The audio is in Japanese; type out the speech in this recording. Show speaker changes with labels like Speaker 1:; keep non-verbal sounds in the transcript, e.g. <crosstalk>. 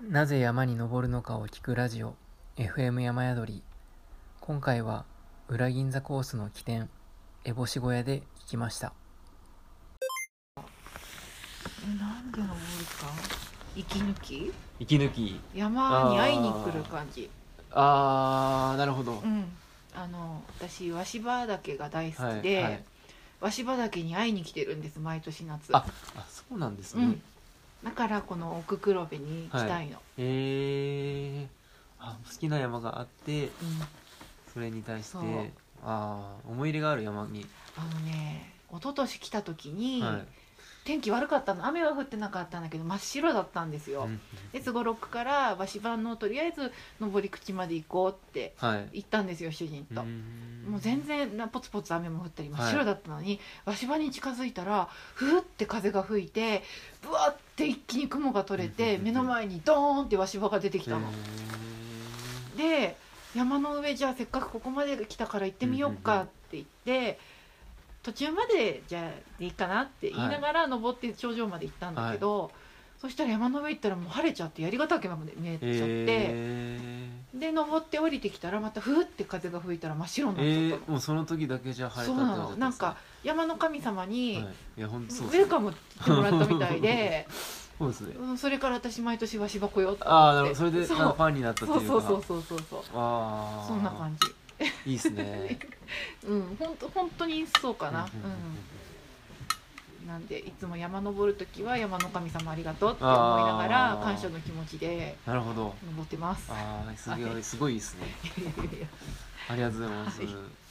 Speaker 1: なぜ山に登るのかを聞くラジオ FM 山宿り今回は裏銀座コースの起点烏帽子小屋で聞きました
Speaker 2: えなんで登るか息抜き
Speaker 3: 息抜き
Speaker 2: 山に会いに来る感じ
Speaker 3: あーなるほど
Speaker 2: うんあの私鷲羽岳が大好き
Speaker 3: はいは
Speaker 2: で
Speaker 3: い
Speaker 2: 鷲羽、岳に会いに来てるんです毎年夏
Speaker 3: ああそうなんです
Speaker 2: う
Speaker 3: ね、
Speaker 2: んだからこの奥黒部に行きたいの、
Speaker 3: えー、あ好きな山があって
Speaker 2: うん、
Speaker 3: それに対して
Speaker 2: そう
Speaker 3: ああ思い入れがある山に、
Speaker 2: あのね一昨年来た時に、
Speaker 3: はい
Speaker 2: 天気悪かったの雨は降ってなかったんだけど真っ白だったんですよ、
Speaker 3: うん
Speaker 2: ですごろくから鷲羽のとりあえず上り口まで行こうって
Speaker 3: はい
Speaker 2: 行ったんですよ主人と、も
Speaker 3: も
Speaker 2: う全然なポツポツ雨も降ったり真っ
Speaker 3: は
Speaker 2: 白
Speaker 3: い
Speaker 2: だったのに、鷲羽に近づいたらふーって風が吹いてぶわって一気に雲が取れ
Speaker 3: うんうん
Speaker 2: て
Speaker 3: うん
Speaker 2: 目の前にドーンって鷲羽が出てきたの。で山の上じゃあせっかくここまで来たから行ってみようかって言って、途中までじゃあでいいかなって言いながら登って頂上まで行ったんだけど、そしたら山の上行ったらもう晴れちゃって槍ヶ岳まで見えちゃって、
Speaker 3: え
Speaker 2: で登って降りてきたらまたふーって風が吹いたら真っ白に
Speaker 3: ー、
Speaker 2: なっちゃったの。
Speaker 3: えー、もうその時だけじゃ晴れ
Speaker 2: そ
Speaker 3: たっ
Speaker 2: う
Speaker 3: て
Speaker 2: な
Speaker 3: こと
Speaker 2: のなんか山の神様
Speaker 3: で
Speaker 2: に、
Speaker 3: すね、はい、いや本当
Speaker 2: ウ
Speaker 3: そう
Speaker 2: ェルカムって言ってもらったみた
Speaker 3: <laughs>
Speaker 2: いで、
Speaker 3: そうですね
Speaker 2: うん、それから私毎年わしばこよって
Speaker 3: ああなるほどそれで
Speaker 2: そう
Speaker 3: なんかファンになったってい
Speaker 2: そう
Speaker 3: うか
Speaker 2: そうそうそうそうそう
Speaker 3: ああ
Speaker 2: そんな感じ
Speaker 3: じいいです
Speaker 2: <laughs>
Speaker 3: ね
Speaker 2: うん本当本当にそうかなうんなんでいつも山登る時は山の神様ありがとうって思いながら
Speaker 3: あー
Speaker 2: 感謝の気持ちで
Speaker 3: なるほど
Speaker 2: 登ってます
Speaker 3: ああす
Speaker 2: は
Speaker 3: ごいすごいですね
Speaker 2: <laughs> いやいやいや
Speaker 3: ありがとうございます
Speaker 2: はい